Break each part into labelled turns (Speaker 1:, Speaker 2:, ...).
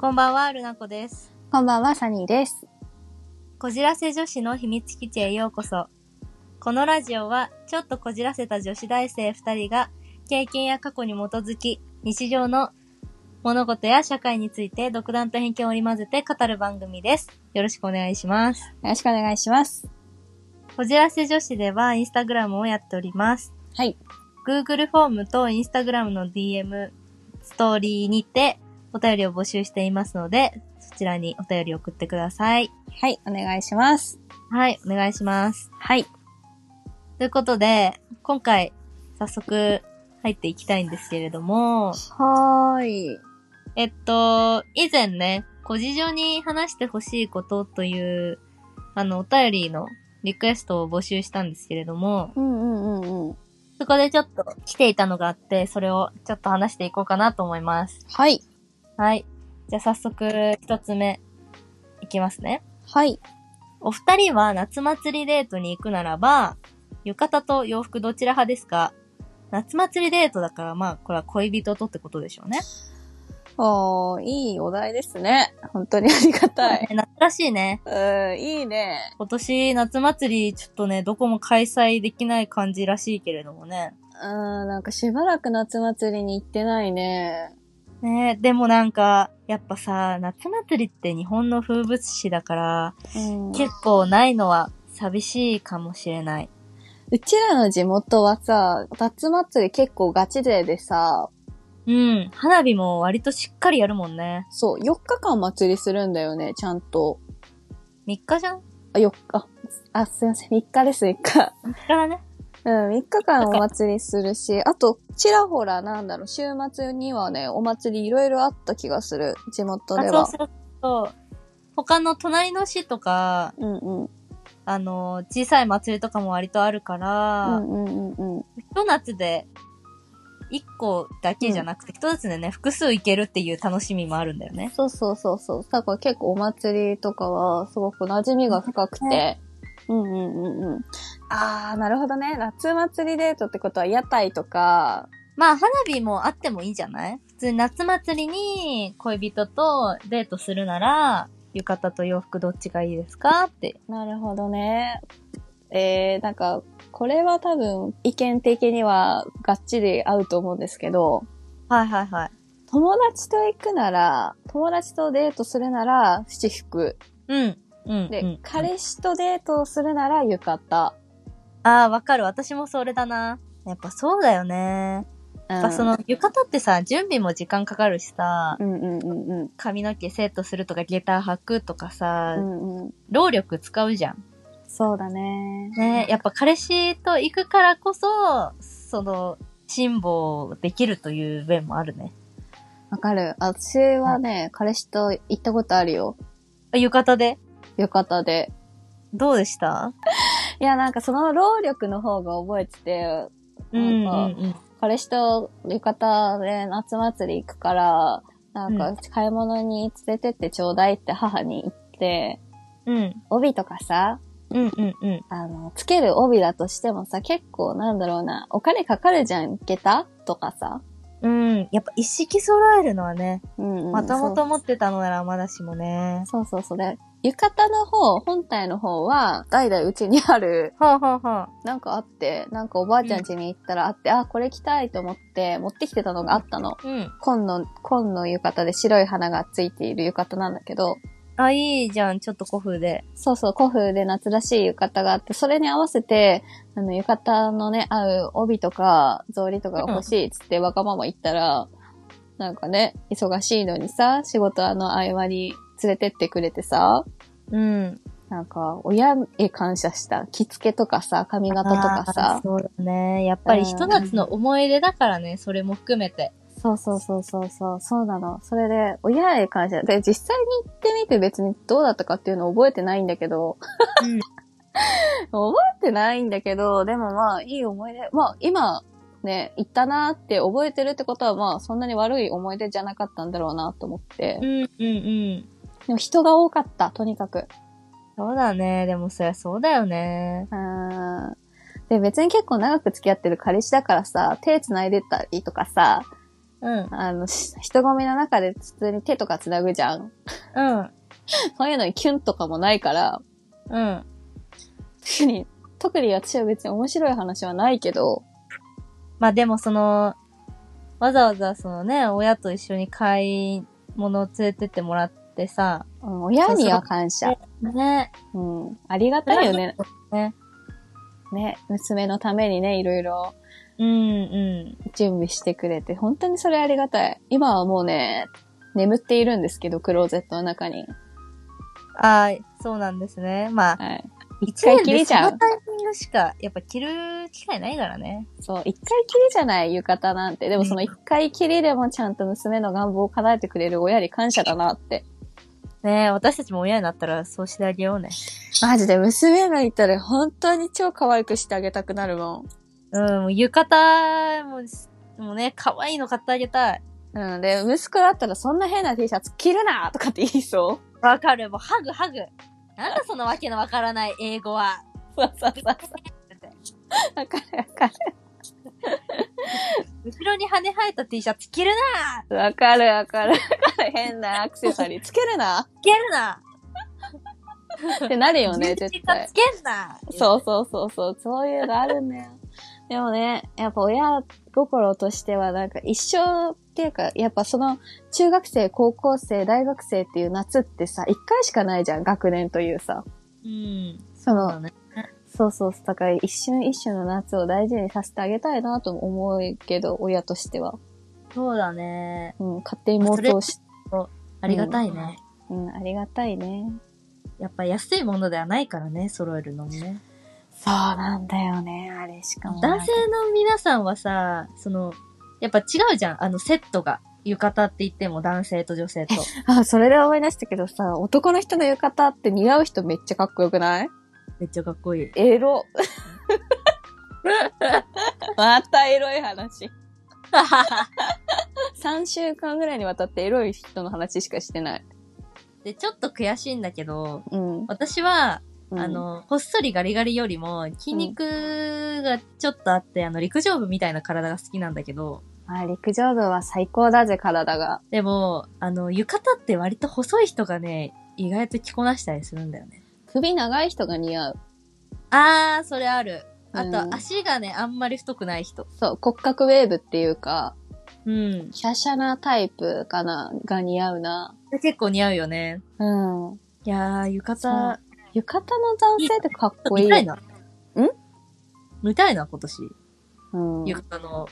Speaker 1: こんばんは、ルナコです。
Speaker 2: こんばんは、サニーです。
Speaker 1: こじらせ女子の秘密基地へようこそ。このラジオは、ちょっとこじらせた女子大生2人が、経験や過去に基づき、日常の物事や社会について独断と偏見を織り交ぜて語る番組です。よろしくお願いします。
Speaker 2: よろしくお願いします。
Speaker 1: こじらせ女子では、インスタグラムをやっております。
Speaker 2: はい。
Speaker 1: Google フォームと Instagram の DM、ストーリーにて、お便りを募集していますので、そちらにお便りを送ってください。
Speaker 2: はい、お願いします。
Speaker 1: はい、お願いします。
Speaker 2: はい。
Speaker 1: ということで、今回、早速、入っていきたいんですけれども、
Speaker 2: はーい。
Speaker 1: えっと、以前ね、小事情に話してほしいことという、あの、お便りのリクエストを募集したんですけれども、
Speaker 2: うんうんうんうん。
Speaker 1: そこでちょっと来ていたのがあって、それをちょっと話していこうかなと思います。
Speaker 2: はい。
Speaker 1: はい。じゃあ早速、一つ目、いきますね。
Speaker 2: はい。
Speaker 1: お二人は夏祭りデートに行くならば、浴衣と洋服どちら派ですか夏祭りデートだから、まあ、これは恋人とってことでしょうね。
Speaker 2: おー、いいお題ですね。本当にありがたい。
Speaker 1: 夏らしいね。
Speaker 2: うーん、いいね。
Speaker 1: 今年夏祭り、ちょっとね、どこも開催できない感じらしいけれどもね。
Speaker 2: うーん、なんかしばらく夏祭りに行ってないね。
Speaker 1: ねえでもなんか、やっぱさ、夏祭りって日本の風物詩だから、
Speaker 2: うん。
Speaker 1: 結構ないのは寂しいかもしれない。
Speaker 2: うちらの地元はさ、夏祭り結構ガチ勢でさ、
Speaker 1: うん、花火も割としっかりやるもんね。
Speaker 2: そう、4日間祭りするんだよね、ちゃんと。
Speaker 1: 3日じゃん ?3
Speaker 2: あ、4日。あ、すいません、3日です、3日。
Speaker 1: 日だね。
Speaker 2: うん、3日間お祭りするし、あと、ちらほらなんだろう、週末にはね、お祭りいろいろあった気がする、地元で
Speaker 1: あ
Speaker 2: は。
Speaker 1: そうそうそう。他の隣の市とか、
Speaker 2: うんうん。
Speaker 1: あの、小さい祭りとかも割とあるか
Speaker 2: う
Speaker 1: ら、
Speaker 2: んうんうんうん。
Speaker 1: 一夏で、一個だけじゃなくて、一つでね、複数行けるっていう楽しみもあるんだよね。
Speaker 2: そうそうそうそう。だから結構お祭りとかは、すごく馴染みが深くて。うんうんうんうん。あー、なるほどね。夏祭りデートってことは、屋台とか、
Speaker 1: まあ、花火もあってもいいんじゃない普通に夏祭りに恋人とデートするなら、浴衣と洋服どっちがいいですかって。
Speaker 2: なるほどね。えー、なんか、これは多分、意見的には、がっちり合うと思うんですけど、
Speaker 1: はいはいはい。
Speaker 2: 友達と行くなら、友達とデートするなら七福。
Speaker 1: うん。うん。
Speaker 2: で、
Speaker 1: うん、
Speaker 2: 彼氏とデートをするなら浴衣。
Speaker 1: ああ、わかる。私もそれだな。やっぱそうだよね。
Speaker 2: や
Speaker 1: やっぱそ、の浴衣ってさ、準備も時間かかるしさ、
Speaker 2: うんうんうんうん。
Speaker 1: 髪の毛セットするとか、下駄履くとかさ
Speaker 2: う、んうん、
Speaker 1: 労力使うじゃん。
Speaker 2: そうだね。
Speaker 1: ね、やっぱ彼氏と行くからこそ、その、辛抱できるという面もあるね。
Speaker 2: わかる。私はね、彼氏と行ったことあるよ。
Speaker 1: あ浴衣で
Speaker 2: 浴衣で。
Speaker 1: どうでした
Speaker 2: いや、なんかその労力の方が覚えてて、
Speaker 1: うんうん
Speaker 2: なん
Speaker 1: うん。
Speaker 2: 彼氏と浴衣で夏祭り行くから、なんか買い物に連れてってちょうだいって母に言って、
Speaker 1: うん。
Speaker 2: 帯とかさ、
Speaker 1: うんうんうん。
Speaker 2: あの、つける帯だとしてもさ、結構なんだろうな、お金かかるじゃん、下駄とかさ。
Speaker 1: うん。やっぱ一式揃えるのはね、
Speaker 2: うん、うん。
Speaker 1: まともと持ってたのならまだしもね。
Speaker 2: そう。そうそうそう。で、浴衣の方、本体の方は、代々うちにある、
Speaker 1: ほうほうほう。
Speaker 2: なんかあって、なんかおばあちゃん家に行ったらあって、あ、これ着たいと思って、持ってきてたのがあったの。
Speaker 1: うん。
Speaker 2: 紺の、紺の浴衣で白い花がついている浴衣なんだけど、
Speaker 1: あ、いいじゃん。ちょっと古風で。
Speaker 2: そうそう、古風で夏らしい浴衣があって、それに合わせて、あの、浴衣のね、合う帯とか、草履とかが欲しいっつってわがまま言ったら、なんかね、忙しいのにさ、仕事の合間に連れてってくれてさ、
Speaker 1: うん。
Speaker 2: なんか、親へ感謝した。着付けとかさ、髪型と
Speaker 1: あ
Speaker 2: か
Speaker 1: ー
Speaker 2: さ。
Speaker 1: そうだね。やっぱりひと夏の思い出だからね、それも含めて。
Speaker 2: そうそうそうそうそう、そうなの。それで、親へ感謝。で、実際に行ってみて別にどうだったかっていうのを覚えてないんだけど、
Speaker 1: うん。
Speaker 2: 覚えてないんだけど、でもまあ、いい思い出。まあ、今、ね、行ったなーって覚えてるってことは、まあ、そんなに悪い思い出じゃなかったんだろうなと思って
Speaker 1: う。んうんうん。
Speaker 2: でも人が多かった、とにかく。
Speaker 1: そうだね。でもそりゃそうだよね。
Speaker 2: うーん。で、別に結構長く付き合ってる彼氏だからさ、手繋いでたりとかさ、
Speaker 1: うん。
Speaker 2: あの、し人混みの中で普通に手とか繋ぐじゃん。
Speaker 1: うん。
Speaker 2: そういうのにキュンとかもないから、
Speaker 1: うん。
Speaker 2: 特に、特に私は別に面白い話はないけど、
Speaker 1: まあでもその、わざわざそのね、親と一緒に買い物を連れてってもらってさ、
Speaker 2: うん親には感謝。
Speaker 1: ね、
Speaker 2: うん。ありがたいよね。
Speaker 1: ね。
Speaker 2: ね、娘のためにね、いろいろ
Speaker 1: うんう
Speaker 2: 準備してくれて、本当にそれありがたい。今はもうね、眠っているんですけど、クローゼットの中に。
Speaker 1: ん。ああ、そうなんですね。まあ、
Speaker 2: はい。
Speaker 1: 一
Speaker 2: 一回
Speaker 1: 年
Speaker 2: きり
Speaker 1: で
Speaker 2: じ
Speaker 1: そ
Speaker 2: ゃ
Speaker 1: の
Speaker 2: ん。
Speaker 1: タイミングしか、やっぱ着る機会ないからね。
Speaker 2: そう、一回きりじゃない、浴衣なんて。でもその一回きりでもちゃんと娘の願望を叶えてくれる親に感謝だなって。
Speaker 1: ねえ、私たちも親になったらそうしてあげようね。
Speaker 2: マジで娘がいたら本当に超可愛くしてあげたくなるもん。
Speaker 1: うん、もう浴衣も、もうね、可愛いの買ってあげたい。
Speaker 2: うん。で、息子だったらそんな変な T シャツ着るなとかって言いそう。
Speaker 1: わかる、もうハグハグ。なんだそのわけのわからない英語 は。
Speaker 2: そうそうそう。わかるわかる。
Speaker 1: 後ろに羽生えた T シャツ着るな
Speaker 2: わかるわかる。 変なアクセサリーつけるな
Speaker 1: 着るな
Speaker 2: ってなるよ
Speaker 1: 十
Speaker 2: ね、
Speaker 1: 字
Speaker 2: 絶
Speaker 1: 架
Speaker 2: 対
Speaker 1: つ。けんな
Speaker 2: そうそうそうそう、そういうのあるんだよ。でもね、やっぱ親心としてはなんか一生っていうか、やっぱその中学生、高校生、大学生っていう夏ってさ、一回しかないじゃん、学年というさ。
Speaker 1: うん。
Speaker 2: そ
Speaker 1: そう
Speaker 2: の、
Speaker 1: だね。
Speaker 2: そうそうだから一瞬一瞬の夏を大事にさせてあげたいなとも思うけど、親としては。
Speaker 1: そうだね。
Speaker 2: うん、勝手に妄想し、
Speaker 1: ありがたいね。
Speaker 2: うん、ありがたいね。
Speaker 1: やっぱ安いものではないからね、揃えるのもね。
Speaker 2: そうなんだよね、あれしかも。
Speaker 1: 男性の皆さんはさ、その、やっぱ違うじゃん、あのセットが。浴衣って言っても男性と女性 と。
Speaker 2: あ、それで思い出したけどさ、男の人の浴衣って似合う人めっちゃかっこよくない
Speaker 1: めっちゃかっこい い。
Speaker 2: エロ。 またエロい話。3週間ぐらいにわたってエロい人の話しかしてない。
Speaker 1: で、ちょっと悔しいんだけど、
Speaker 2: うん。
Speaker 1: 私は、
Speaker 2: うん
Speaker 1: あ、の、ほっそりガリガリよりも、筋肉がちょっとあって、あの、陸上部みたいな体が好きなんだけど、
Speaker 2: まあ、陸上部は最高だぜ、体が。
Speaker 1: でも、あの、浴衣って割と細い人がね、意外と着こなしたりするんだよね。
Speaker 2: 首長い人が似合う。
Speaker 1: あー、それある。あ
Speaker 2: う
Speaker 1: と、
Speaker 2: ん
Speaker 1: 足がね、あんまり太くない人。
Speaker 2: そう、骨格ウェーブっていうか、
Speaker 1: うん。
Speaker 2: 華奢なタイプかな、が似合うな。
Speaker 1: 結構似合うよね。
Speaker 2: うん。
Speaker 1: いやー、浴衣、
Speaker 2: 浴衣の男性ってかっこいい。
Speaker 1: 見たいな。ん
Speaker 2: ん
Speaker 1: 見たいな、今年。
Speaker 2: うん。
Speaker 1: 浴衣の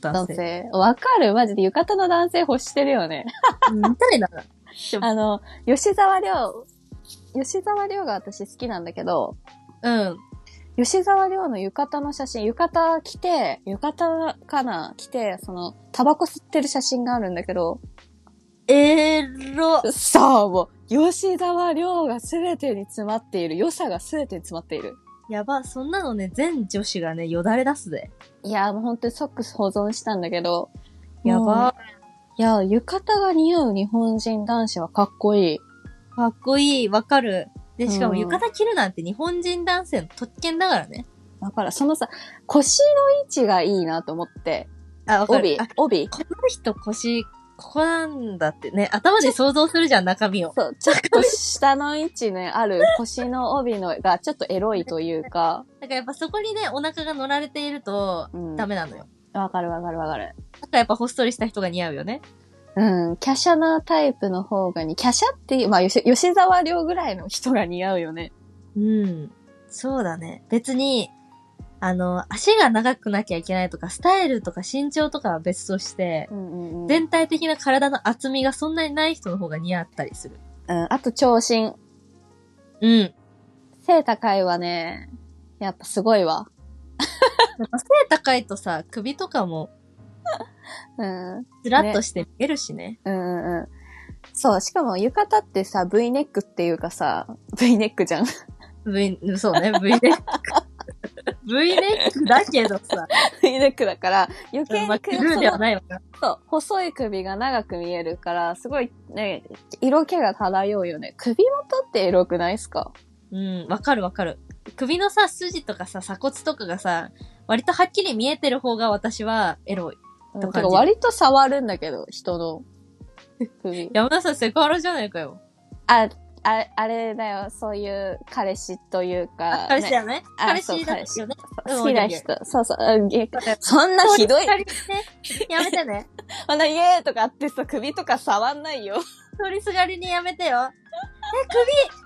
Speaker 1: 男
Speaker 2: 男
Speaker 1: 性。
Speaker 2: 性。わかるマジで浴衣の男性欲してるよね。
Speaker 1: うん見たいな。
Speaker 2: あの、吉沢亮、吉沢亮が私好きなんだけど、
Speaker 1: うん。
Speaker 2: 吉沢亮の浴衣の写真、浴衣着て、浴衣かな着て、その、タバコ吸ってる写真があるんだけど、
Speaker 1: えーろ。
Speaker 2: そう、もう、吉沢亮が全てに詰まっている。良さが全てに詰まっている。
Speaker 1: やば、そんなのね、全女子がね、よだれ出すで。
Speaker 2: いやー、もう本当にソックス保存したんだけど、
Speaker 1: やば。
Speaker 2: いやー、浴衣が似合う日本人男子はかっこいい。
Speaker 1: かっこいい、わかる。で、しかも
Speaker 2: うん
Speaker 1: 浴衣着るなんて日本人男性の特権だからね。
Speaker 2: だから、そのさ、腰の位置がいいなと思って、
Speaker 1: あ、わかる
Speaker 2: 帯。
Speaker 1: あ、
Speaker 2: 帯。
Speaker 1: この人腰、ここなんだってね、頭で想像するじゃん、中身を。
Speaker 2: そう、ちょっと下の位置ね、ある腰の帯のがちょっとエロいというか、
Speaker 1: だからやっぱそこにね、お腹が乗られていると、
Speaker 2: うん。
Speaker 1: ダメなのよ。
Speaker 2: わかるわかるわかる。
Speaker 1: だからやっぱほっそりした人が似合うよね。
Speaker 2: うん、華奢なタイプの方がに、華奢っていう、まあ、吉吉沢亮ぐらいの人が似合うよね。
Speaker 1: うん。そうだね。別に、あの、足が長くなきゃいけないとか、スタイルとか身長とかは別として
Speaker 2: う、んうんうん。
Speaker 1: 全体的な体の厚みがそんなにない人の方が似合ったりする。
Speaker 2: うん、あと長身。
Speaker 1: うん。
Speaker 2: 背高いはね、やっぱすごいわ。
Speaker 1: やっぱ背高いとさ、首とかも
Speaker 2: うん。うん
Speaker 1: スラッとして見えるしね。
Speaker 2: うんうん。そう、しかも浴衣ってさ、V ネックっていうかさ、V ネックじゃん。
Speaker 1: v、そうね、V ネック。V ネックだけ どさ、
Speaker 2: V ネックだから、余計
Speaker 1: まあ、
Speaker 2: に
Speaker 1: ク
Speaker 2: く
Speaker 1: ルーではないわな。
Speaker 2: そう、細い首が長く見えるから、すごいね、色気が漂うよね。首元ってエロくないっすか
Speaker 1: うん、わかるわかる。首のさ、筋とかさ、鎖骨とかがさ、割とはっきり見えてる方が私はエロい。
Speaker 2: う
Speaker 1: と
Speaker 2: ん、
Speaker 1: 感
Speaker 2: て
Speaker 1: じ
Speaker 2: か割と触るんだけど、人の首。
Speaker 1: 山田さんセクハラじゃないかよ。
Speaker 2: あ、ああれだよ、そういう彼氏というか、
Speaker 1: 彼氏
Speaker 2: ね
Speaker 1: だね。
Speaker 2: あ
Speaker 1: 彼
Speaker 2: そう
Speaker 1: 氏だよね。うん
Speaker 2: 好きな人、そうそう、うんげそんなひどい、
Speaker 1: 二人ねやめてね。
Speaker 2: あんなイエーとかあってさ、首とか触んないよ。
Speaker 1: 通りすがりにやめてよ。え、首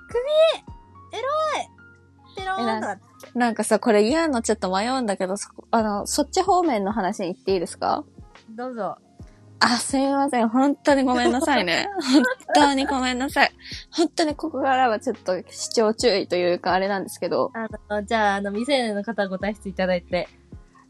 Speaker 1: 首エロいペローンとか。
Speaker 2: なんかさ、これ言うのちょっと迷うんだけど、そこあの、そっち方面の話に行っていいですか
Speaker 1: どうぞ。
Speaker 2: あ、すみません。本当にごめんなさい ね。本当にごめんなさい。本当にここからはちょっと視聴注意というかあれなんですけど、
Speaker 1: あの、じゃあ、あの、未成年の方ご退出いただいて。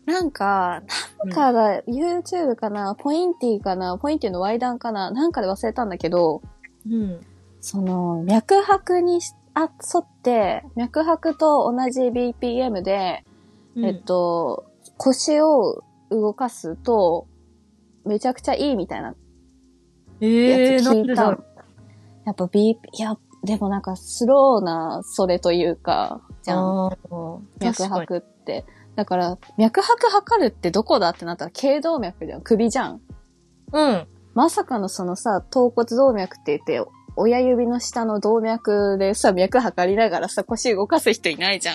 Speaker 2: なんか、なんかだ、YouTube かな、ポインティかな、ポインティのワイダンかな、なんかで忘れたんだけど、
Speaker 1: うん。
Speaker 2: その、脈拍にしあ沿って、脈拍と同じ BPM で、
Speaker 1: うん
Speaker 2: えっ、と、腰を動かすと、めちゃくちゃいいみたいな
Speaker 1: え
Speaker 2: や
Speaker 1: ー、
Speaker 2: つ
Speaker 1: なん
Speaker 2: 聞
Speaker 1: で
Speaker 2: いた
Speaker 1: だ
Speaker 2: の。
Speaker 1: ろう。
Speaker 2: やっぱ B、いや、でもなんかスローな、それというか、じゃん。
Speaker 1: あー
Speaker 2: 脈
Speaker 1: 確かに
Speaker 2: 拍って。だから、脈拍測るってどこだってなったら、頸動脈じゃん。首じゃん。
Speaker 1: うん。
Speaker 2: まさかのそのさ、頭骨動脈って言って、親指の下の動脈でさ、脈測りながらさ、腰動かす人いないじゃん。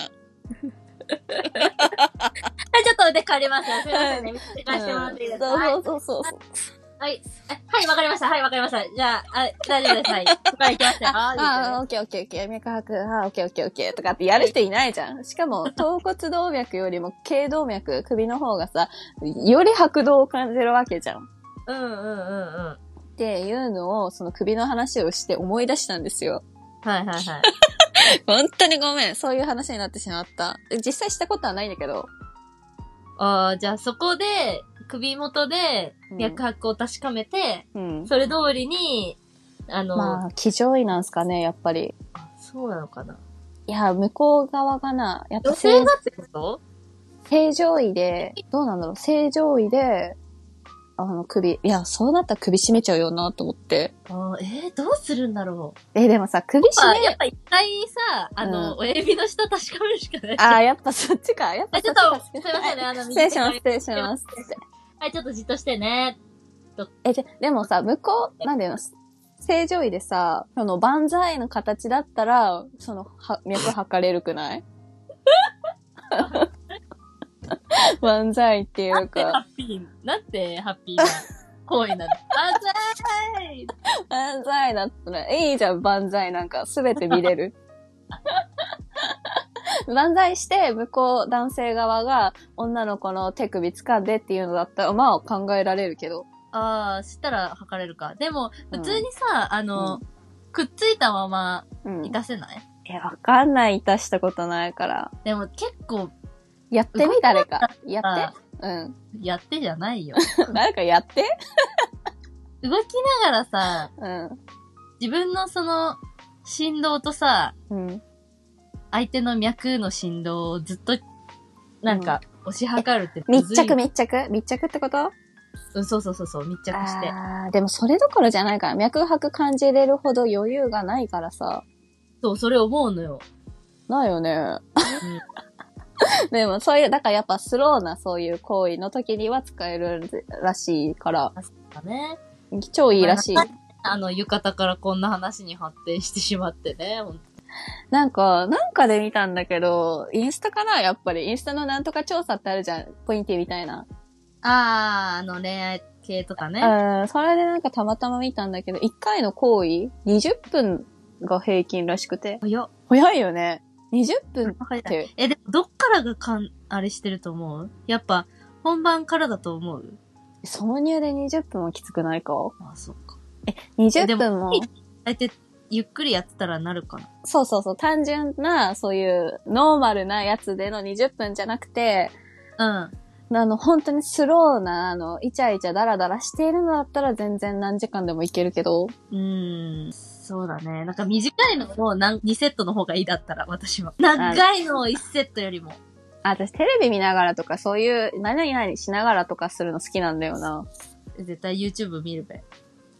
Speaker 1: はい、ちょっと腕借りますね。すいませんね。見せ
Speaker 2: う
Speaker 1: してもらっていいですか、はい
Speaker 2: ん、そうそうそうそう。
Speaker 1: はい。あはい、わかりました。はい、わかりました。じゃあ、あ大丈夫です。はい。ここから行きますよ。
Speaker 2: ああ、オッケーオッケーオッケー、脈拍、ああ、オッケーオッケーオッケーとかってやる人いないじゃん。しかも、頭骨動脈よりも頸動脈、首の方がさ、より拍動を感じるわけじゃん。
Speaker 1: うんうんうんうん。
Speaker 2: っていうのを、その首の話をして思い出したんですよ。
Speaker 1: はいはいはい。
Speaker 2: 本当にごめん。そういう話になってしまった。実際したことはないんだけど。
Speaker 1: ああ、じゃあそこで、首元で脈拍を確かめて、
Speaker 2: うん。
Speaker 1: それ通りに、あの、
Speaker 2: まあ、気乗位なんすかね、やっぱり。
Speaker 1: あそうなのかな。
Speaker 2: いや、向こう側がな、やっぱ
Speaker 1: 女性
Speaker 2: 正
Speaker 1: がってこと
Speaker 2: 正常位で、どうなんだろう、正常位で、あの、首、いや、そうなったら首絞めちゃうよな、と思って。
Speaker 1: あーえー、どうするんだろう。
Speaker 2: え、でもさ、首絞
Speaker 1: まあ、
Speaker 2: め
Speaker 1: やっぱ一回さ、あの、
Speaker 2: うん
Speaker 1: 親指の下確かめるしかない。
Speaker 2: あー、やっぱそっちか。やっぱ
Speaker 1: あち
Speaker 2: そ
Speaker 1: ょ
Speaker 2: っ
Speaker 1: っ
Speaker 2: ち
Speaker 1: とす
Speaker 2: か、。
Speaker 1: いませんね、あの、
Speaker 2: 失礼します、
Speaker 1: 右手
Speaker 2: 失礼します。
Speaker 1: はい、ちょっとじっとしてね。
Speaker 2: え、で、でもさ、向こう、なんでの、正常位でさ、その、万歳の形だったら、その、は、脈測れるくない 万歳ってい
Speaker 1: な
Speaker 2: うん
Speaker 1: て
Speaker 2: か
Speaker 1: ハ。ッピー、なんてハッピーな行為なの。あざーい
Speaker 2: 万歳だったら、えいいじゃん、万歳なんか、すべて見れる。 万歳して、向こう、男性側が、女の子の手首掴んでっていうのだったら、まあ、考えられるけど。
Speaker 1: ああ、したら測れるか。でも、
Speaker 2: う
Speaker 1: 普
Speaker 2: ん
Speaker 1: 通にさ、あの、
Speaker 2: う
Speaker 1: くっついたまま
Speaker 2: うん。
Speaker 1: いたせない、
Speaker 2: え、わかんない、いたしたことないから。
Speaker 1: でも結構、
Speaker 2: やってみ、誰か。やっ
Speaker 1: あ
Speaker 2: て。うん。
Speaker 1: やってじゃないよ。
Speaker 2: 誰かやって。
Speaker 1: 動きながらさ、
Speaker 2: うん。
Speaker 1: 自分のその、振動とさ、
Speaker 2: うん。
Speaker 1: 相手の脈の振動をずっと、なんか、押し量るってむ
Speaker 2: 密
Speaker 1: ずい
Speaker 2: 着、密着密着ってこと
Speaker 1: うん、そうそうそうそう、密着して。
Speaker 2: あーでもそれどころじゃないから、脈拍感じれるほど余裕がないからさ。
Speaker 1: そう、それ思うのよ。
Speaker 2: ないよね。 でもそういう、だからやっぱスローなそういう行為の時には使えるらしいから、
Speaker 1: だね。
Speaker 2: 超いいらしい。
Speaker 1: あの、浴衣からこんな話に発展してしまってね。ほんと
Speaker 2: なんか、なんかで見たんだけど、インスタかなやっぱり。インスタのなんとか調査ってあるじゃん。ポインティみたいな。
Speaker 1: ああ、あの恋愛系とかね。
Speaker 2: うん、それでなんかたまたま見たんだけど、1回の行為、20分が平均らしくて。
Speaker 1: 早っ
Speaker 2: 早いよね。20分
Speaker 1: 早い
Speaker 2: って、
Speaker 1: え、でも、どっからがかん、あれしてると思うやっぱ、本番からだと思う
Speaker 2: 挿入で20分はきつくないか
Speaker 1: あ、そうか。
Speaker 2: ?20 分も
Speaker 1: いい。大体、ゆっくりやってたらなるかな。
Speaker 2: そうそうそう、単純な、そういう、ノーマルなやつでの20分じゃなくて、
Speaker 1: うん。
Speaker 2: あの、本当にスローな、あの、イチャイチャダラダラしているのだったら全然何時間でもいけるけど、
Speaker 1: うーん。そうだね。なんか短いのを何2セットの方がいいだったら、私は。長いのを1セットよりも。
Speaker 2: あ、私テレビ見ながらとかそういう、何々何しながらとかするの好きなんだよな。
Speaker 1: 絶対 YouTube 見る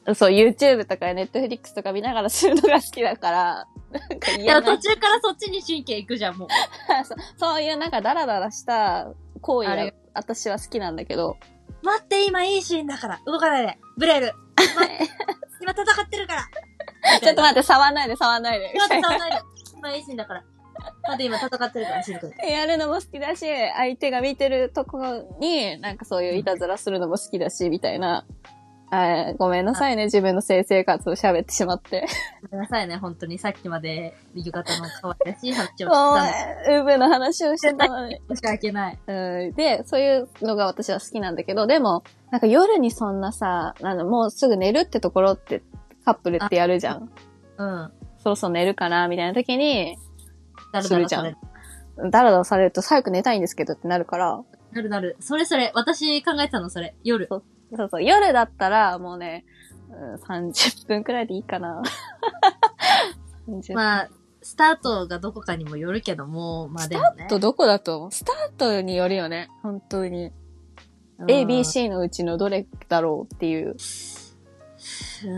Speaker 1: べ。
Speaker 2: そう、YouTube とか Netflix とか見ながらするのが好きだから、なんか
Speaker 1: い
Speaker 2: 言え
Speaker 1: や、
Speaker 2: な
Speaker 1: 途
Speaker 2: い。
Speaker 1: 中からそっちに神経いくじゃん、もう。
Speaker 2: そうそういうなんかダラダラした行為
Speaker 1: あ
Speaker 2: が
Speaker 1: れ
Speaker 2: 私は好きなんだけど、
Speaker 1: 待って、今いいシーンだから。動かないで。ブレ る。待って今戦ってるから。
Speaker 2: ちょっと待って、触んないで、触んないで。み
Speaker 1: 待ったて、触
Speaker 2: いな
Speaker 1: んないで。今いいシーンだから。待って、今戦ってるから、静かに。
Speaker 2: やるのも好きだし、相手が見てるところに、なんかそういういたずらするのも好きだし、みたいな。あーごめんなさいね、自分の性生活を喋ってしまって。
Speaker 1: ごめんなさいね、本当に。さっきまで、浴衣の可愛らしい話をして
Speaker 2: もう、
Speaker 1: た
Speaker 2: ウーブの話をしてたのに。
Speaker 1: の。申し訳ない。
Speaker 2: うんで、そういうのが私は好きなんだけど、でも、なんか夜にそんなさ、あの、もうすぐ寝るってところって、カップルってやるじゃん。
Speaker 1: うん。
Speaker 2: そろそろ寝るかな、みたいな時に、
Speaker 1: なる
Speaker 2: す
Speaker 1: な
Speaker 2: る
Speaker 1: る
Speaker 2: じゃ
Speaker 1: そ
Speaker 2: ん
Speaker 1: れ。
Speaker 2: ダラダラされると早く寝たいんですけどってなるから、
Speaker 1: なるなる。それそれ。私考えてたの、それ。夜。
Speaker 2: そうそう、夜だったらもうね、うん30分くらいでいいか な。30分。
Speaker 1: まあ、スタートがどこかにもよるけども、まあでもね。
Speaker 2: と、どこだと思うスタートによるよね、本当に。
Speaker 1: うん
Speaker 2: A、B、。C のうちのどれだろうっていう。
Speaker 1: うー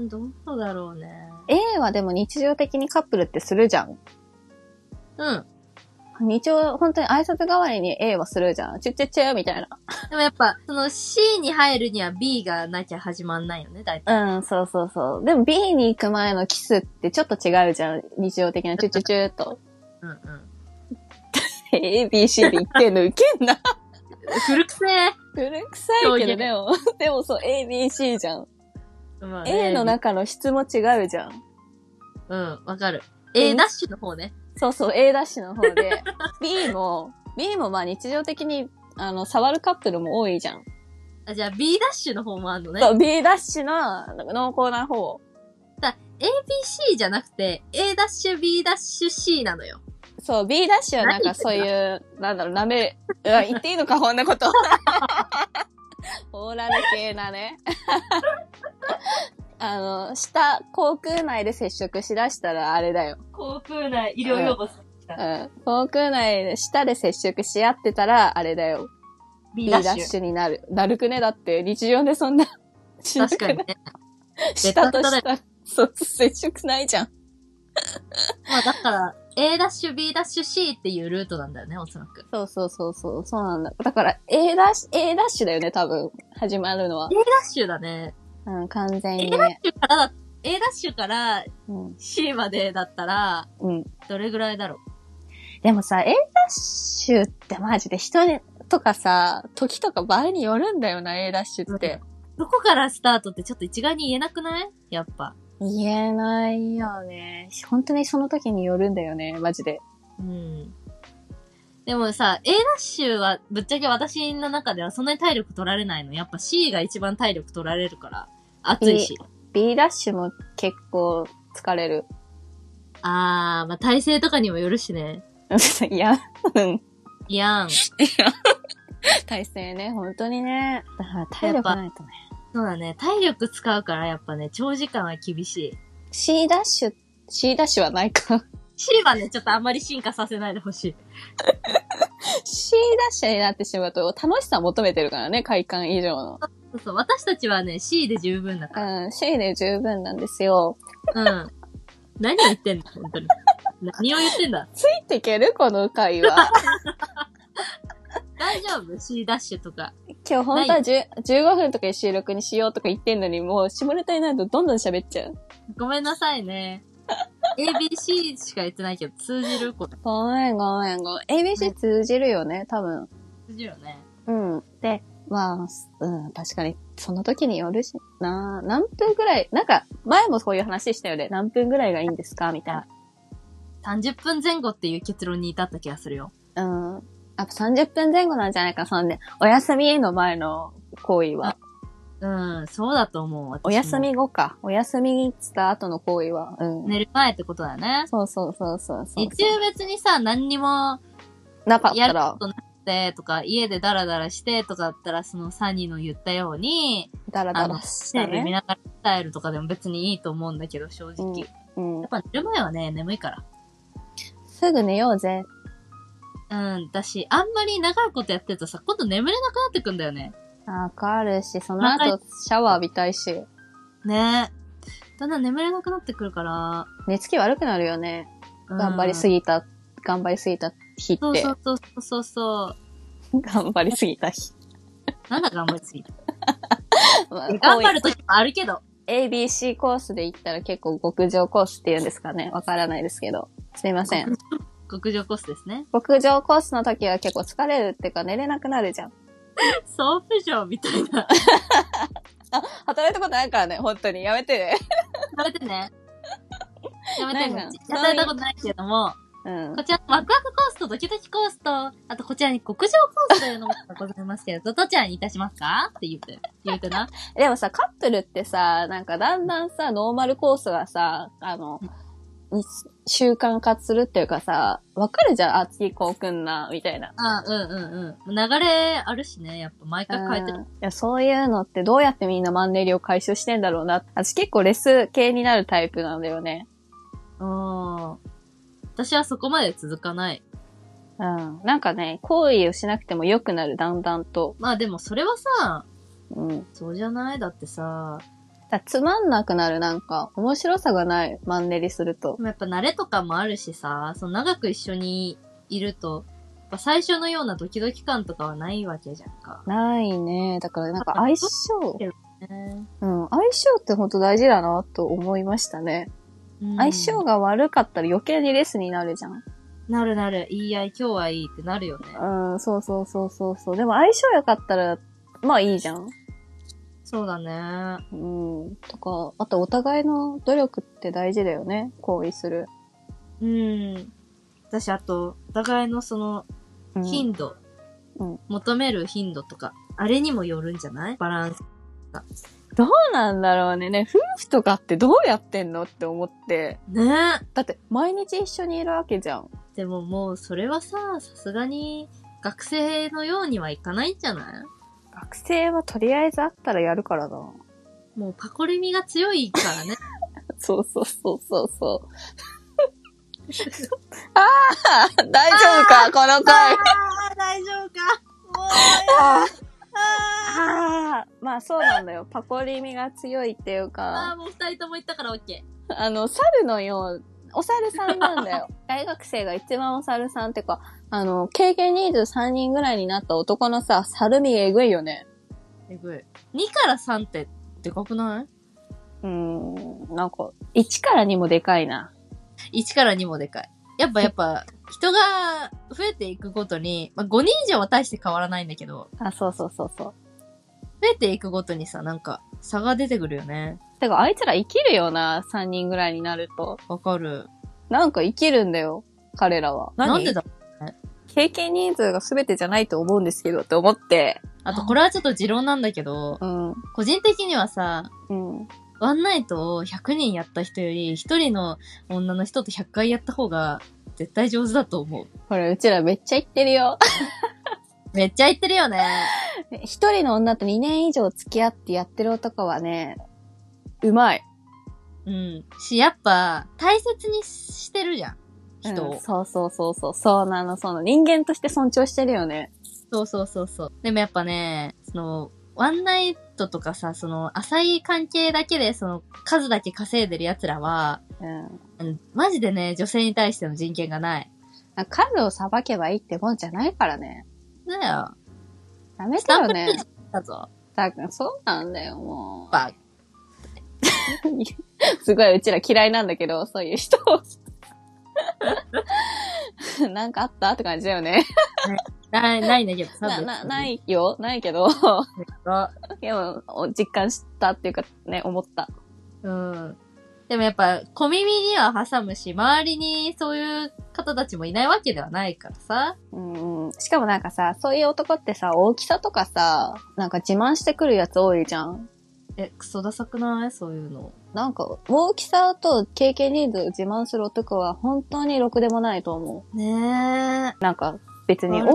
Speaker 1: ん、どうだろうね。
Speaker 2: A はでも日常的にカップルってするじゃん。
Speaker 1: うん。
Speaker 2: 日応本当に挨拶代わりに A はするじゃん。ちゅっちゃっちゃみたい
Speaker 1: でもやっぱ、その C に入るには B がなきゃ始まんないよね、大体。
Speaker 2: な。うん、そうそうそう。でも B に行く前のキスってちょっと違うじゃん。日常的なちゅっちゃっちゃと。
Speaker 1: うんうん。
Speaker 2: A, B, C で言ってんのウケんな。
Speaker 1: 古くせえ。
Speaker 2: 古臭いけどでも、でもそう、A, B, C じゃん。
Speaker 1: まあね
Speaker 2: A の中の質も違うじゃん。
Speaker 1: うん、わかる。
Speaker 2: うん
Speaker 1: A ダッシュの方ね。
Speaker 2: そうそう、A ダッシュの方で。B も、B もまあ日常的に、あの、触るカップルも多いじゃん。
Speaker 1: あ、じゃあ B ダッシュの方もあるのね。
Speaker 2: そう、B ダッシュの濃厚な方。
Speaker 1: ABC じゃなくて、A ダッシュ、B ダッシュ、C なのよ。
Speaker 2: そう、B ダッシュはなんかそういう、なんだろう、なめ、 うわ言っていいのか、こんなこと。オーラル系なね。 あの、下、航空内で接触しだしたらあれだよ。
Speaker 1: 航空内医
Speaker 2: 療用
Speaker 1: 語
Speaker 2: うん。航空内で下で接触し合ってたらあれだよ。
Speaker 1: B
Speaker 2: B
Speaker 1: ダ
Speaker 2: ダ
Speaker 1: ッ
Speaker 2: ッ
Speaker 1: シュ。
Speaker 2: シュになる。なるくねだって、日常でそんな、しな
Speaker 1: 確
Speaker 2: く
Speaker 1: か
Speaker 2: ない
Speaker 1: にね。
Speaker 2: 下と
Speaker 1: ベタベタ
Speaker 2: 下、そう、接触ないじゃん。
Speaker 1: まあだから、A ダッシュ、B ダッシュ、C っていうルートなんだよね、おそらく。
Speaker 2: そうそうそうそう、そうなんだ。だから、A ダッシュ、A ダッシュだよね、多分。始まるのは
Speaker 1: A。ダッシュだね。
Speaker 2: うん、完全
Speaker 1: A
Speaker 2: に
Speaker 1: ダッ
Speaker 2: ね。
Speaker 1: シュからだ、A ダッシュから
Speaker 2: うん。
Speaker 1: C までだったら、
Speaker 2: うん。
Speaker 1: どれぐらいだろう。
Speaker 2: でもさ、A ダッシュってマジで人とかさ、時とか場合によるんだよな、A ダッシュって。
Speaker 1: どこからスタートってちょっと一概に言えなくないやっぱ。
Speaker 2: 言えないよね。本当にその時によるんだよね、マジで。
Speaker 1: うん。でもさ、A ダッシュはぶっちゃけ私の中ではそんなに体力取られないの。やっぱ C が一番体力取られるから、暑いし。
Speaker 2: B ダッシュも結構疲れる。
Speaker 1: あー、まあ、体勢とかにもよるしね。
Speaker 2: いや、うん。
Speaker 1: いやん。そ
Speaker 2: 体勢ね、本当にね。だから体力ないとね。
Speaker 1: うだね。体力使うからやっぱね、長時間は厳しい。
Speaker 2: C ダッシュ、C ダッシュはないか。
Speaker 1: C はね、ちょっとあんまり進化させないでほしい。
Speaker 2: C ダッシュになってしまうと楽しさ求めてるからね、快感以上の。
Speaker 1: そうそう、私たちはね、C で十分だか
Speaker 2: うん、C で十分なんですよ。
Speaker 1: ら。 うん。何を言ってんの本当に。何を言ってんだ
Speaker 2: ついていけるこの回 は。
Speaker 1: 大丈夫 ?C ダッシュとか。
Speaker 2: 今日本当は10 15分とかで収録にしようとか言ってんのに、もう下ネタになるとどんどん喋っちゃう。
Speaker 1: ごめんなさいね。ABC しか言ってないけど、通じること
Speaker 2: ごめんごめんごめん。ABC 通じるよね、多分。
Speaker 1: 通じるよね。
Speaker 2: うん。で、まあ、うん、確かに、その時によるしな、何分ぐらい、なんか、前もそういう話したよね。何分ぐらいがいいんですかみたい
Speaker 1: 30分前後っていう結論に至った気がするよ。
Speaker 2: な。うん。やっぱ30分前後なんじゃないか、そんで、お休みの前の行為は。
Speaker 1: うん、そうだと思う。私も
Speaker 2: お休。み後か。お休みした後の行為は。うん。
Speaker 1: 寝る前ってことだね。
Speaker 2: そうそうそうそうそう。
Speaker 1: 日中別にさ、何にも
Speaker 2: なかっ
Speaker 1: や
Speaker 2: た
Speaker 1: るこ
Speaker 2: ら、
Speaker 1: となくてとか、家でダラダラしてとかだったら、そのサニーの言ったように、
Speaker 2: ダラ
Speaker 1: あ
Speaker 2: ダ
Speaker 1: の
Speaker 2: ラ、し
Speaker 1: テ
Speaker 2: た
Speaker 1: レビ見
Speaker 2: ね。
Speaker 1: ながら伝えるとかでも別にいいと思うんだけど、正直。
Speaker 2: うん
Speaker 1: や
Speaker 2: うん
Speaker 1: っ。ぱ寝る前はね、眠いか
Speaker 2: すぐ寝ようぜ。
Speaker 1: ら。うん、だし、あんまり長いことやってるとさ、今度眠れなくなってくんだよね。
Speaker 2: わかるし、その
Speaker 1: わ
Speaker 2: 後シャワー浴びたいし、
Speaker 1: ねえ。だんだん眠れなくなってくるから。
Speaker 2: 寝つき悪くなるよね。頑張りす
Speaker 1: ぎ
Speaker 2: ぎた、頑張りすぎた日って。
Speaker 1: そうそうそうそうそう。
Speaker 2: 頑張りすぎた日。
Speaker 1: なんだ頑張りすぎた。
Speaker 2: まあ
Speaker 1: 頑張る時もあるけど。
Speaker 2: ABC コースで行ったら結構極上コースって言うんですかねわからないですけど。すいません。
Speaker 1: 極上コースですね。
Speaker 2: 極上コースの時は結構疲れるっていうか寝れなくなるじゃん。
Speaker 1: 総務省みたいな。
Speaker 2: 働いたことないからね、本当に。やめてね。
Speaker 1: やめてね。やめて
Speaker 2: な
Speaker 1: ね
Speaker 2: んか。
Speaker 1: やられたことないけれども、
Speaker 2: うん
Speaker 1: こ。ちら、ワクワクコースとドキドキコースと、あとこちらに極上コースというのもございますけれど、どちらにいたしますかって言うて、言うてな。
Speaker 2: でもさ、カップルってさ、なんかだんだんさ、ノーマルコースがさ、あの、に習慣化するっていうかさ、わかるじゃん、あ、次こうくんな、みたいな。
Speaker 1: あうんうんうん。流れあるしね、やっぱ毎回変えて
Speaker 2: うん
Speaker 1: る。
Speaker 2: いや、そういうのってどうやってみんなマンネリを解消してんだろうな。私結構レス系になるタイプなんだよね。
Speaker 1: うん。私はそこまで続かない。
Speaker 2: うん。なんかね、行為をしなくても良くなる、だんだんと。
Speaker 1: まあでもそれはさ、
Speaker 2: うん。
Speaker 1: そうじゃないだってさ、
Speaker 2: だつまんなくなる、なんか、面白さがない、マンネリすると
Speaker 1: で。もやっぱ慣れとかもあるしさ、その長く一緒にいると、やっぱ最初のようなドキドキ感とかはないわけじゃんか。
Speaker 2: ないね。だからなんか相性、
Speaker 1: ね
Speaker 2: うん、相性ってほんと大事だなと思いましたね。
Speaker 1: うん
Speaker 2: 相性が悪かったら余計にレスになるじゃん。
Speaker 1: なるなる。いいやい、今日はいいってなるよね。
Speaker 2: うん、そうそうそうそうそう。でも相性良かったら、まあいいじゃん。
Speaker 1: そうだね。
Speaker 2: うん。とか、あとお互いの努力って大事だよね。行為する。
Speaker 1: うん。私、あと、お互いのその、
Speaker 2: うん
Speaker 1: 頻度、
Speaker 2: うん
Speaker 1: 求める頻度とか、あれにもよるんじゃないバランス。
Speaker 2: どうなんだろうね。ね、夫婦とかってどうやってんのって思って。
Speaker 1: ね
Speaker 2: だって、毎日一緒にいるわけじゃん。
Speaker 1: でももう、それはさ、さすがに、学生のようにはいかないんじゃない
Speaker 2: 学生はとりあえずあったらやるからな。
Speaker 1: もう、パコリミが強いからね。
Speaker 2: そうそうそうそうそう。 ああ大丈夫かこの回。
Speaker 1: あー、大丈夫か。もう、
Speaker 2: ああーまあそうなんだよ。パコリ味が強いっていう
Speaker 1: あー、
Speaker 2: か、
Speaker 1: もう二人とも言ったから OK。
Speaker 2: あの、猿のよう、お猿さんなんだ よ。大学生が一番お猿さんってか、あの、経験23人ぐらいになった男のさ、猿味えぐいよね。
Speaker 1: えぐい。2から3って、でかくな
Speaker 2: うーん、なんか、1から2もでかいな。
Speaker 1: い ?1 から2もでかい。やっぱやっぱ、人が増えていくごとに、まあ、5人以上は大して変わらないんだけど、
Speaker 2: あ、そうそうそうそう。
Speaker 1: 増えていくごとにさ、なんか、差が出てくるよね。
Speaker 2: てか、あいつら生きるよな、3人ぐらいになると。
Speaker 1: わかる。
Speaker 2: なんか生きるんだよ、彼らは。
Speaker 1: なんでだ
Speaker 2: 経験人数が全てじゃないと思うんですけど、って思って。
Speaker 1: あと、これはちょっと持論なんだけど
Speaker 2: う、ん。うん。
Speaker 1: 個人的にはさ、ワンナイトを100人やった人より、1人の女の人と100回やった方が、絶対上手だと思う。
Speaker 2: ほら、うちらめっちゃ言ってるよ。
Speaker 1: めっちゃ言ってるよね。
Speaker 2: 一人の女と2年以上付き合ってやってる男はね、うまい。
Speaker 1: うん。し、やっぱ、大切にしてるじゃん。人を。
Speaker 2: うんそうそうそうそう。そうなの、そうなの。人間として尊重してるよね。
Speaker 1: そうそうそうそう。でもやっぱね、その、ワンナイトとかさ、その、浅い関係だけで、その、数だけ稼いでる奴らは、
Speaker 2: うん。
Speaker 1: うん、マジでね、女性に対しての人権がない。
Speaker 2: あ数を裁けばいいってもんじゃないからね。
Speaker 1: だよ。
Speaker 2: ダメ
Speaker 1: ス
Speaker 2: だ
Speaker 1: タン
Speaker 2: よ
Speaker 1: プペー
Speaker 2: ね
Speaker 1: ジ。だぞ。
Speaker 2: だからそうなんだよ、も
Speaker 1: バ
Speaker 2: う。 すごい、うちら嫌いなんだけど、そういう人。 なんかあったって感じだよね。
Speaker 1: ない、ないんだけど、。
Speaker 2: な、な、ないいよ。ないけど。
Speaker 1: あ
Speaker 2: でも、お実感したっていうかね、思った。
Speaker 1: うん。でもやっぱ、小耳には挟むし、周りにそういう方たちもいないわけではないからさ。
Speaker 2: うんうん。しかもなんかさ、そういう男ってさ、大きさとかさ、なんか自慢してくるやつ多いじゃん。
Speaker 1: え、クソダサくないそういうの。
Speaker 2: なんか、大きさと経験人数を自慢する男は本当にろくでもないと思
Speaker 1: ねえ。
Speaker 2: う。なんか、別に
Speaker 1: あ
Speaker 2: 大
Speaker 1: れ
Speaker 2: き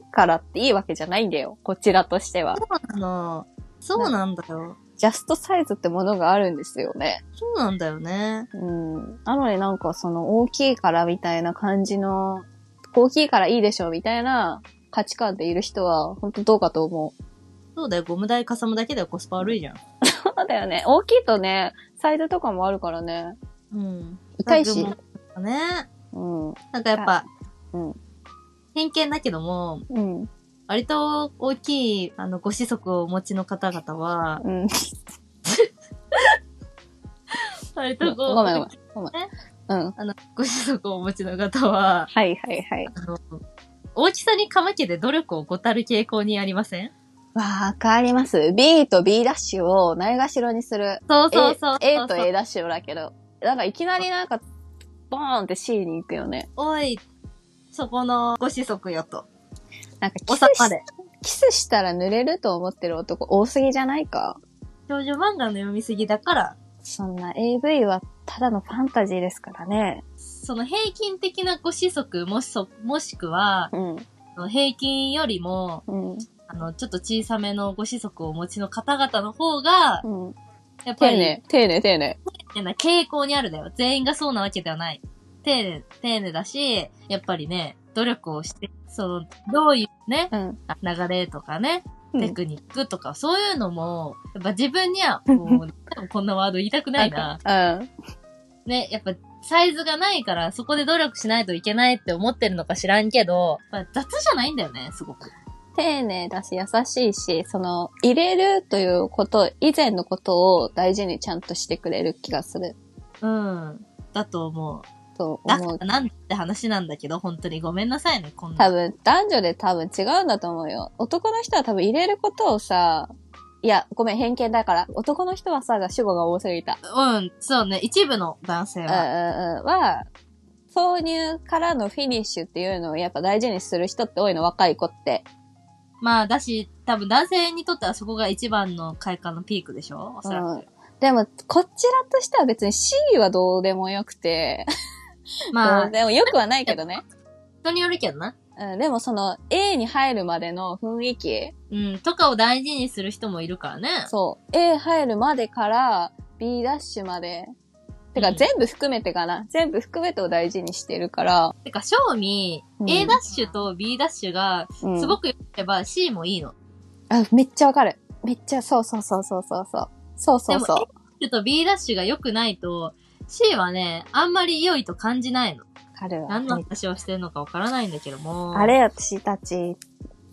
Speaker 2: いからっていいわけじゃないんだよ。こちらとしては。
Speaker 1: あの、そうなんだよ。
Speaker 2: ジャストサイズってものがあるんですよね。
Speaker 1: そうなんだよね。
Speaker 2: うん。なのになんかその大きいからみたいな感じの、大きいからいいでしょみたいな価値観でいる人は本当どうかと思う。
Speaker 1: そうだよ、ゴム代かさむだけではコスパ悪いじゃん。
Speaker 2: そうだよね。大きいとね、サイズとかもあるからね。
Speaker 1: うん。
Speaker 2: 痛いし。
Speaker 1: なんかね。
Speaker 2: うん。う
Speaker 1: なんかやっぱ、
Speaker 2: うん
Speaker 1: 偏見だけども、
Speaker 2: ん。
Speaker 1: 割と大きい、あの、ご子息をお持ちの方々は、
Speaker 2: うん。
Speaker 1: 割
Speaker 2: ご
Speaker 1: とこう、
Speaker 2: めんごめん。ごめん。うん。
Speaker 1: あの、ご子息をお持ちの方は、
Speaker 2: はいはいはい。
Speaker 1: あの、大きさにかまけて努力を怠る傾向にありません
Speaker 2: わかります。B と B ダッシュをないがしろにする。
Speaker 1: そうそうそうそう。
Speaker 2: A, A と A ダッシュだけど。なんかいきなりなんか、ボーンって C に行くよね。
Speaker 1: おい、そこのご子息よと。
Speaker 2: なんか
Speaker 1: お
Speaker 2: キス
Speaker 1: さま
Speaker 2: し
Speaker 1: で。
Speaker 2: キスしたら濡れると思ってる男多すぎじゃないか
Speaker 1: 少女漫画の読みすぎだから、
Speaker 2: そんな AV はただのファンタジーですからね。
Speaker 1: その平均的なご子息もしそ、もしくは、
Speaker 2: うん。
Speaker 1: あの平均よりも、
Speaker 2: うん。
Speaker 1: あの、ちょっと小さめのご子息をお持ちの方々の方が、
Speaker 2: うん。
Speaker 1: やっぱ
Speaker 2: 丁
Speaker 1: り、
Speaker 2: 寧、丁寧、丁寧。
Speaker 1: 丁寧な傾向にあるだよ。全員がそうなわけではない。丁寧、丁寧だし、やっぱりね、努力をして、その、どういうね、
Speaker 2: うん。
Speaker 1: 流れとかね、
Speaker 2: うん
Speaker 1: テクニックとか、そういうのも、やっぱ自分に は、もう、こんなワード言いたくないな。
Speaker 2: うん。
Speaker 1: ね、やっぱ、サイズがないから、そこで努力しないといけないって思ってるのか知らんけど、やっぱ雑じゃないんだよね、すごく。
Speaker 2: 丁寧だし優しいし、その、入れるということ、以前のことを大事にちゃんとしてくれる気がする
Speaker 1: うん。だと思う。
Speaker 2: と
Speaker 1: だ
Speaker 2: 思
Speaker 1: か
Speaker 2: う。
Speaker 1: らなんて話なんだけど、本当にごめんなさいね、こんな。
Speaker 2: 多分、男女で多分違うんだと思うよ。男の人は多分入れることをさ、いや、ごめん、偏見だから。男の人はさ、主語が多すぎた。
Speaker 1: うん、そうね、一部の男性
Speaker 2: うん
Speaker 1: は。
Speaker 2: うんうんは、挿入からのフィニッシュっていうのをやっぱ大事にする人って多いの、若い子って。
Speaker 1: まあ、だし、多分男性にとってはそこが一番の快感のピークでしょおそらく。
Speaker 2: うんでも、こちらとしては別に C はどうでもよくて、
Speaker 1: ま
Speaker 2: ど
Speaker 1: あ
Speaker 2: う、でもよくはないけどね。
Speaker 1: 人によるけどな。
Speaker 2: うん、でもその A に入るまでの雰囲気、
Speaker 1: うん、とかを大事にする人もいるからね。
Speaker 2: そう、A 入るまでから B ダッシュまで、て
Speaker 1: う
Speaker 2: か
Speaker 1: ん
Speaker 2: 全部含めてかな、全部含めてを大事にしてるから、
Speaker 1: てか、正味、
Speaker 2: うん
Speaker 1: A ダッシュと B ダッシュが、
Speaker 2: うん、
Speaker 1: すごく良ければ C もいいの。
Speaker 2: あ、めっちゃわかる。めっちゃ、そうそうそうそうそうそう。そうそうそう。
Speaker 1: ちょっと B ダッシュが良くないと、C はね、あんまり良いと感じないの。
Speaker 2: わかるわ。
Speaker 1: 何の話をしてるのかわからないんだけども。
Speaker 2: あれ、私たち、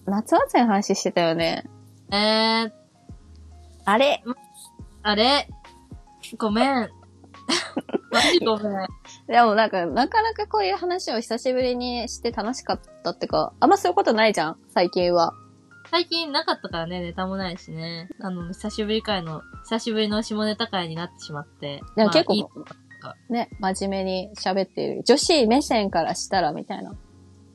Speaker 2: 夏祭りの話してたよね。
Speaker 1: えー、
Speaker 2: あれ
Speaker 1: あれごめん。 マジごめん。
Speaker 2: でもなんか、なかなかこういう話を久しぶりにして楽しかったってか、あんまそういうことないじゃん、最近は。
Speaker 1: 最近なかったからね、ネタもないしね。あの、久しぶり会の、久しぶりの下ネタ会になってしまって。
Speaker 2: でも結
Speaker 1: まあいい
Speaker 2: 構、ね、真面目に喋っている。女子目線からしたらみたいな。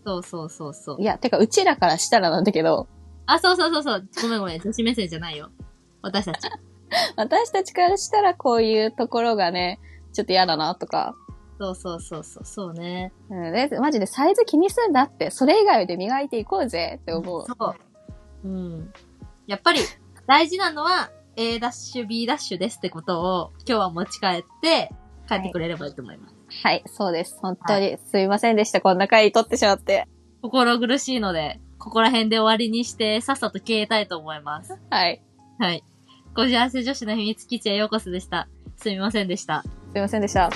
Speaker 1: そうそうそうそう
Speaker 2: い。や、てか、うちらからしたらなんだけど、
Speaker 1: あ、そうそうそうそう。ごめんごめん。女子目線じゃないよ。私たち。
Speaker 2: 私たちからしたらこういうところがね、ちょっと嫌だなとか。
Speaker 1: そうそうそうそう。そうね。
Speaker 2: うん、でマジでサイズ気にすんなって、それ以外で磨いていこうぜって思う。
Speaker 1: そう。うん。やっぱり、大事なのは、A ダッシュ、B ダッシュですってことを、今日は持ち帰って、帰ってくれればいいと思います。
Speaker 2: はい、そうです。本当にすいませんでした。こんな回撮ってしまって。
Speaker 1: 心苦しいので、ここら辺で終わりにして、さっさと消えたいと思います。
Speaker 2: はい。
Speaker 1: はい。ご幸せ女子の秘密基地へようこそでした。すみませんでした。
Speaker 2: すいませんでした。